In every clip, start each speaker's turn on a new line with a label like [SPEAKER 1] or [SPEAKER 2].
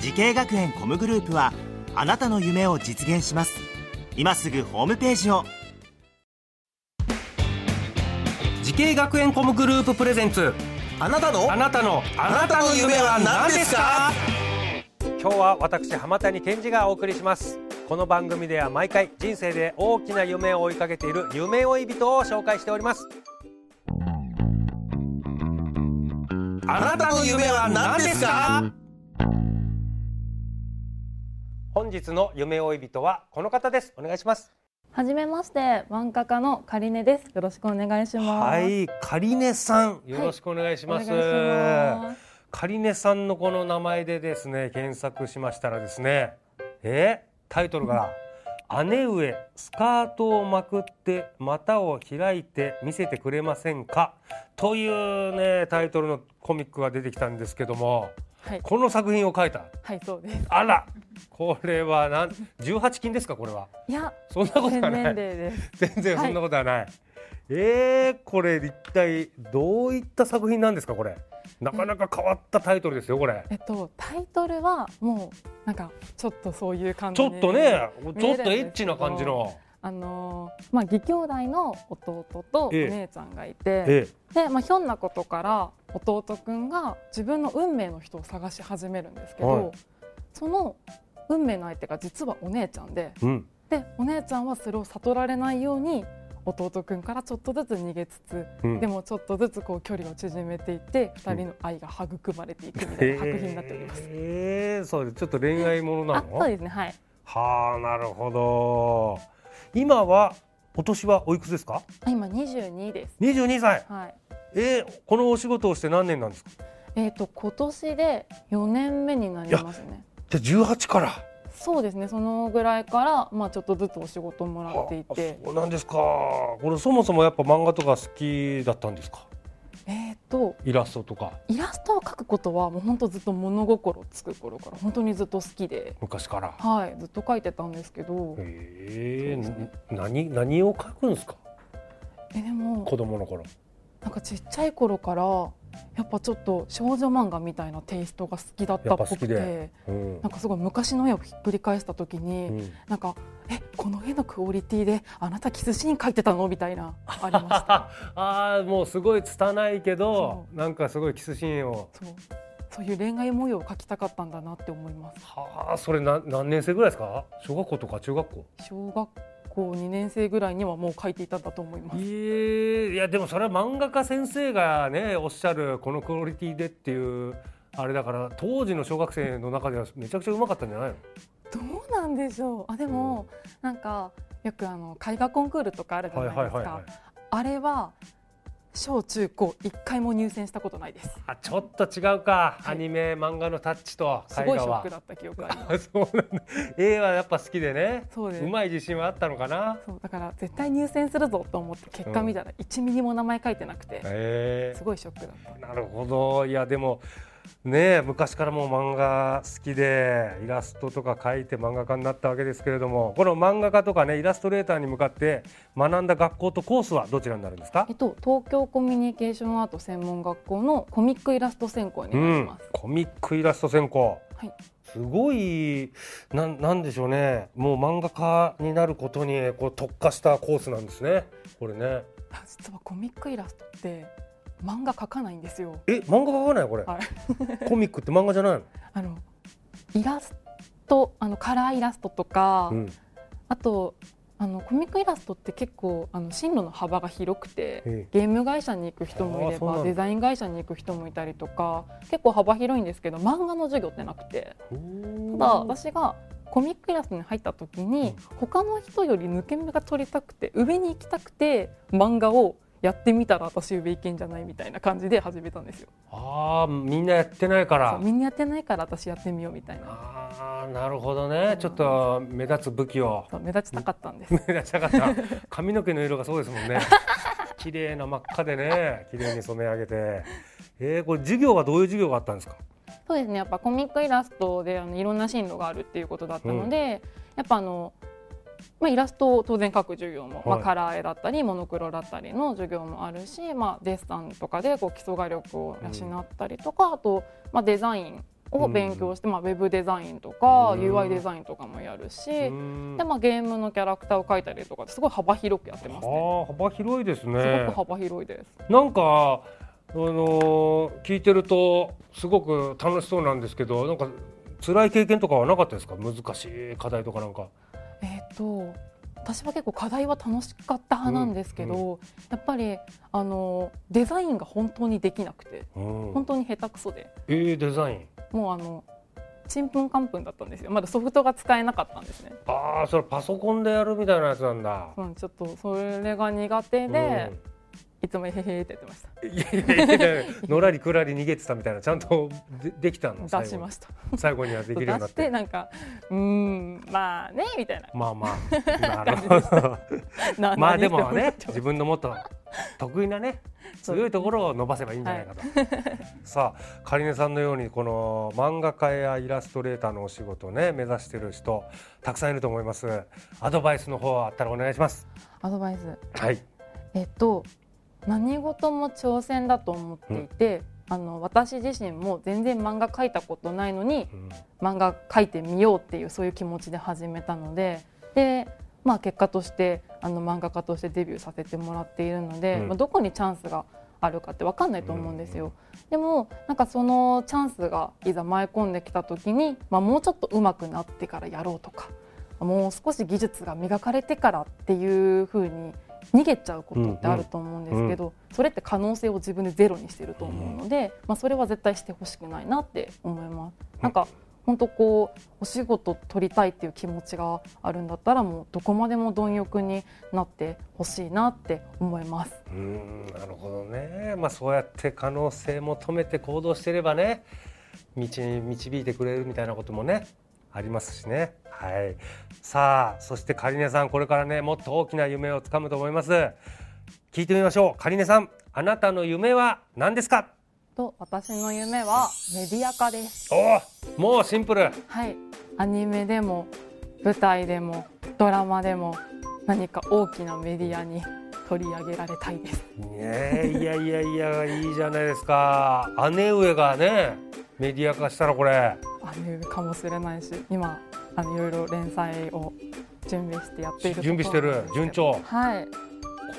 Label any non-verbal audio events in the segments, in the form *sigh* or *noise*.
[SPEAKER 1] 時系学園コムグループはあなたの夢を実現します今すぐホームページを
[SPEAKER 2] 時系学園コムグループプレゼンツ
[SPEAKER 3] あなたの
[SPEAKER 2] あなたの
[SPEAKER 3] あなたの夢は何ですか
[SPEAKER 2] 今日は私浜谷健二がお送りしますこの番組では毎回人生で大きな夢を追いかけている夢追い人を紹介しております
[SPEAKER 3] あなたの夢は何ですか
[SPEAKER 2] 本日の夢追い人はこの方ですお願いします
[SPEAKER 4] はじめまして、漫画家のカリネです。よろしくお願いします。
[SPEAKER 2] はいカリネさんよろしくお願いし
[SPEAKER 4] お願
[SPEAKER 2] ま
[SPEAKER 4] いし
[SPEAKER 2] す、
[SPEAKER 4] ます。
[SPEAKER 2] カリネさんのこの名前でですね検索しましたらですねえタイトルが「姉上スカートをまくって股を開いて見せてくれませんか?」というねタイトルのコミックが出てきたんですけども
[SPEAKER 4] はい、
[SPEAKER 2] この作品を書いた
[SPEAKER 4] はい、そうです。
[SPEAKER 2] あらこれはなん18禁ですかこれはい
[SPEAKER 4] や、
[SPEAKER 2] そんなこと
[SPEAKER 4] 全
[SPEAKER 2] は
[SPEAKER 4] 年
[SPEAKER 2] な
[SPEAKER 4] 齢
[SPEAKER 2] い
[SPEAKER 4] です。
[SPEAKER 2] 全然そんなことはない、えー、これ一体どういった作品なんですかこれなかなか変わったタイトルですよこれ。
[SPEAKER 4] えっと、タイトルはもう、なんか、ちょっとそういう感
[SPEAKER 2] ち
[SPEAKER 4] じ
[SPEAKER 2] ょ
[SPEAKER 4] に。
[SPEAKER 2] っとね、ち
[SPEAKER 4] 見
[SPEAKER 2] ょ
[SPEAKER 4] え
[SPEAKER 2] っ
[SPEAKER 4] るんですけど
[SPEAKER 2] とエッチな感じの。
[SPEAKER 4] あのーまあ、義兄弟の弟とお
[SPEAKER 2] ええ
[SPEAKER 4] 姉ちゃんがいて。
[SPEAKER 2] え
[SPEAKER 4] で、まあ、ひょんなことから弟くんが自分の運命の人を探し始めるんですけど、
[SPEAKER 2] はい
[SPEAKER 4] その運命の相手が実はお姉ちゃんで
[SPEAKER 2] え、うん、
[SPEAKER 4] でお姉ちゃんはそれを悟られないように弟くんからちょっとずつ逃げつつ、
[SPEAKER 2] うん
[SPEAKER 4] でもちょっとずつこう距離を縮めていって二人の愛が育まれていくみたいな作品になっております。
[SPEAKER 2] ええ、そうです。ちょっと恋愛ものな
[SPEAKER 4] あ、
[SPEAKER 2] の。
[SPEAKER 4] そうですね、はい。
[SPEAKER 2] はあ、なるほど。今は、お年はおいくつですか。
[SPEAKER 4] あ今二十二です。
[SPEAKER 2] 二十二歳。
[SPEAKER 4] はい。
[SPEAKER 2] ええこのお仕事をして何年なんですか。
[SPEAKER 4] えっ、と今年で四年目になりますね。
[SPEAKER 2] じゃあ、十八から。
[SPEAKER 4] そうですね、そのぐらいからまあちょっとずつお仕事もらっていて、
[SPEAKER 2] そうなんですか。これそもそもやっぱ漫画とか好きだったんですか。
[SPEAKER 4] えっ、と
[SPEAKER 2] イラストとか、
[SPEAKER 4] イラストを描くことはもう本当ずっと物心つく頃から本当にずっと好きで、
[SPEAKER 2] 昔から。
[SPEAKER 4] はい、ずっと描いてたんですけど、
[SPEAKER 2] ええ
[SPEAKER 4] そうで
[SPEAKER 2] 何、何を描くんですか。
[SPEAKER 4] えでも
[SPEAKER 2] 子供の頃。
[SPEAKER 4] なんかちっちゃい頃からやっぱちょっと少女漫画みたいなテイストが好きだったっぽ
[SPEAKER 2] やっぱ好き
[SPEAKER 4] く
[SPEAKER 2] で
[SPEAKER 4] て
[SPEAKER 2] うん
[SPEAKER 4] なんかすごい昔の絵をひっくり返した時に、
[SPEAKER 2] うん
[SPEAKER 4] なんか「えこの絵のクオリティであなたキスシーン描いてたの?」みたいなありました
[SPEAKER 2] ああもうすごい拙いけど
[SPEAKER 4] ど
[SPEAKER 2] なんかすごいキスシーンを
[SPEAKER 4] そうそういう恋愛模様を描きたかったんだなって思います
[SPEAKER 2] はあそれな何年生ぐらいですか小学校とか中学校
[SPEAKER 4] 小学校2年生ぐらいにはもう描いていたんだと思いま
[SPEAKER 2] え
[SPEAKER 4] す
[SPEAKER 2] ーいやでもそれは漫画家先生がねおっしゃるこのクオリティでっていうあれだから当時の小学生の中ではめちゃくちゃうまかったんじゃないの
[SPEAKER 4] どうなんでしょうあでもなんかよくあの絵画コンクールとかあるじゃないですかあれは小中高一回も入選したことないです
[SPEAKER 2] あちょっと違うか、
[SPEAKER 4] はい
[SPEAKER 2] アニメ漫画のタッチと
[SPEAKER 4] す
[SPEAKER 2] 絵
[SPEAKER 4] ごい
[SPEAKER 2] 画
[SPEAKER 4] ショッ
[SPEAKER 2] は
[SPEAKER 4] クだった記憶がありま
[SPEAKER 2] あ
[SPEAKER 4] す。
[SPEAKER 2] *laughs* そうなんだ絵はやっぱ好きでね
[SPEAKER 4] そうです
[SPEAKER 2] うまい自信はあったのかな
[SPEAKER 4] そうだから絶対入選するぞと思って結果見たら1ミリも名前書いてなくて
[SPEAKER 2] えー
[SPEAKER 4] すごいショックだった。
[SPEAKER 2] なるほどいやでもねえ昔からもう漫画好きでイラストとか描いて漫画家になったわけですけれどもこの漫画家とかねイラストレーターに向かって学んだ学校とコースはどちらになるんですか
[SPEAKER 4] えっと東京コミュニケーションアート専門学校のコミックイラスト専攻に
[SPEAKER 2] う
[SPEAKER 4] なり
[SPEAKER 2] ん
[SPEAKER 4] ます。、
[SPEAKER 2] コミックイラスト専攻、
[SPEAKER 4] はい
[SPEAKER 2] すごいなんなんでしょうねもう漫画家になることにこう特化したコースなんですねこれね
[SPEAKER 4] あ実はコミックイラストって漫画描かないんですよ。
[SPEAKER 2] え漫画描かないこれ
[SPEAKER 4] は
[SPEAKER 2] コミックって漫画じゃないの、
[SPEAKER 4] あのイラストあのカラーイラストとか、
[SPEAKER 2] うん、
[SPEAKER 4] あとあのコミックイラストって結構あの進路の幅が広くて、
[SPEAKER 2] え
[SPEAKER 4] ゲーム会社に行く人もい
[SPEAKER 2] あー
[SPEAKER 4] れ
[SPEAKER 2] そうなん
[SPEAKER 4] ば
[SPEAKER 2] だ
[SPEAKER 4] デザイン会社に行く人もいたりとか結構幅広いんですけど漫画の授業ってなくてただ私がコミックイラストに入った時に他の人より抜け目が取りたくて上に行きたくて漫画をやってみたら私上いけんじゃないみたいな感じで始めたんですよ
[SPEAKER 2] ああみんなやってないか
[SPEAKER 4] そ
[SPEAKER 2] ら
[SPEAKER 4] うみんなやってないから私やってみようみたいな
[SPEAKER 2] ああなるほどねちょっと目立つ武器
[SPEAKER 4] *laughs*
[SPEAKER 2] を
[SPEAKER 4] そう目立ちたかったんです
[SPEAKER 2] 目立ちたかった髪の毛の色がそうですもん
[SPEAKER 4] *laughs*
[SPEAKER 2] ね綺麗な真っ赤でね綺麗に染め上げてえー、これ授業はどういう授業があったんですか
[SPEAKER 4] そうですねやっぱコミックイラストであのいろんな進路があるっていうことだったので、やっぱあの、まあ、イラストを当然描く授業も、まあ、
[SPEAKER 2] はい
[SPEAKER 4] カラー絵だったりモノクロだったりの授業もあるし、まあ、デッサンとかでこう基礎画力を養ったりとか、あと、まあ、デザインを勉強して、まあ、ウェブデザインとか、
[SPEAKER 2] うん
[SPEAKER 4] UI デザインとかもやるし、
[SPEAKER 2] うーん
[SPEAKER 4] でまあ、ゲームのキャラクターを描いたりとかってすごい幅広くやってますね。
[SPEAKER 2] ああ幅広いです
[SPEAKER 4] す
[SPEAKER 2] ね
[SPEAKER 4] ごく幅広いです。
[SPEAKER 2] なんかあのー聞いてるとすごく楽しそうなんですけどなんか辛い経験とかはなかったですか難しい課題とかなんか
[SPEAKER 4] えー、と私は結構課題は楽しかった派なんですけど、
[SPEAKER 2] う
[SPEAKER 4] やっぱりあのデザインが本当にできなくて
[SPEAKER 2] うん
[SPEAKER 4] 本当に下手くそで
[SPEAKER 2] えー、デザイン
[SPEAKER 4] もうあのちんぷんかんぷんだったんですよまだソフトが使えなかったんですね、
[SPEAKER 2] ああそれパソコンでやるみたいなやつなんだ
[SPEAKER 4] うん、ちょっとそれが苦手で、いつもへへへってやってまし
[SPEAKER 2] うんいやいやいやいやのらりくらり逃げてたみたいなちゃんとでできたの
[SPEAKER 4] た出しました
[SPEAKER 2] 最後に最後にはできるようにな
[SPEAKER 4] 出
[SPEAKER 2] っ
[SPEAKER 4] して
[SPEAKER 2] て
[SPEAKER 4] なんかうーんまあねみたい
[SPEAKER 2] まあまあなるほ
[SPEAKER 4] *laughs*
[SPEAKER 2] ど
[SPEAKER 4] な
[SPEAKER 2] まあでもね
[SPEAKER 4] ちょっ
[SPEAKER 2] 自分のもっと得意なね
[SPEAKER 4] そう
[SPEAKER 2] 強いところを伸ばせばいいんじゃないかと、さあかりねさんのようにこの漫画家やイラストレーターのお仕事をね目指してる人たくさんいると思いますアドバイスの方はあったらお願いします
[SPEAKER 4] とアドバイス
[SPEAKER 2] はい
[SPEAKER 4] えっと何事も挑戦だと思っていて、あの私自身も全然漫画描いたことないのに
[SPEAKER 2] うん
[SPEAKER 4] 漫画描いてみようっていうそういう気持ちで始めたのでで、まあ、結果としてあの漫画家としてデビューさせてもらっているので、
[SPEAKER 2] うん
[SPEAKER 4] まあ、どこにチャンスがあるかって分かんないと思うんです
[SPEAKER 2] うん
[SPEAKER 4] よ。でもなんかそのチャンスがいざ舞い込んできた時に、まあ、もうちょっと上手くなってからやろうとかもう少し技術が磨かれてからっていう風に逃げちゃうことってあると思うんですけど、それって可能性を自分でゼロにしてると思うので、まあ、それは絶対してほしくないなって思います。なんか本当こうお仕事取りたいっていう気持ちがあるんだったらもうどこまでも貪欲になってほしいなって思います。
[SPEAKER 2] うーんなるほどね、まあ、そうやって可能性求めて行動してればね道に導いてくれるみたいなこともねありますしね、はい、さあそしてカリネさんこれからねもっと大きな夢をつかむと思います聞いてみましょうカリネさんあなたの夢は何ですか
[SPEAKER 4] と私の夢はメディア化です。
[SPEAKER 2] おおもうシンプル
[SPEAKER 4] はい、アニメでも舞台でもドラマでも何か大きなメディアに取り上げられたいです。
[SPEAKER 2] ねえいやいやいやいいじゃないですか姉上がねメディア化したらこれ
[SPEAKER 4] あるかもしれないし、今あのいろいろ連載を準備してやっているところ
[SPEAKER 2] 準備して
[SPEAKER 4] な
[SPEAKER 2] る
[SPEAKER 4] んですけど
[SPEAKER 2] 順。調
[SPEAKER 4] はい、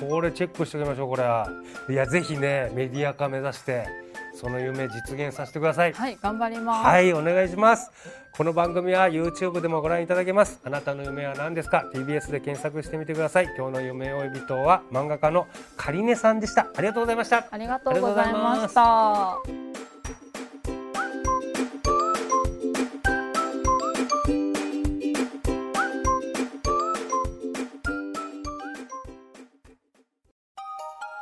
[SPEAKER 2] これチェックしておきましょうこれいやぜひねメディア化目指してその夢実現させてください
[SPEAKER 4] はい、頑張ります。
[SPEAKER 2] はいお願いしますこの番組は YouTube でもご覧いただけますあなたの夢は何ですか TBS で検索してみてください今日の夢追い人は漫画家のかりねさんでしたありがとうございました
[SPEAKER 4] ありがとうございました。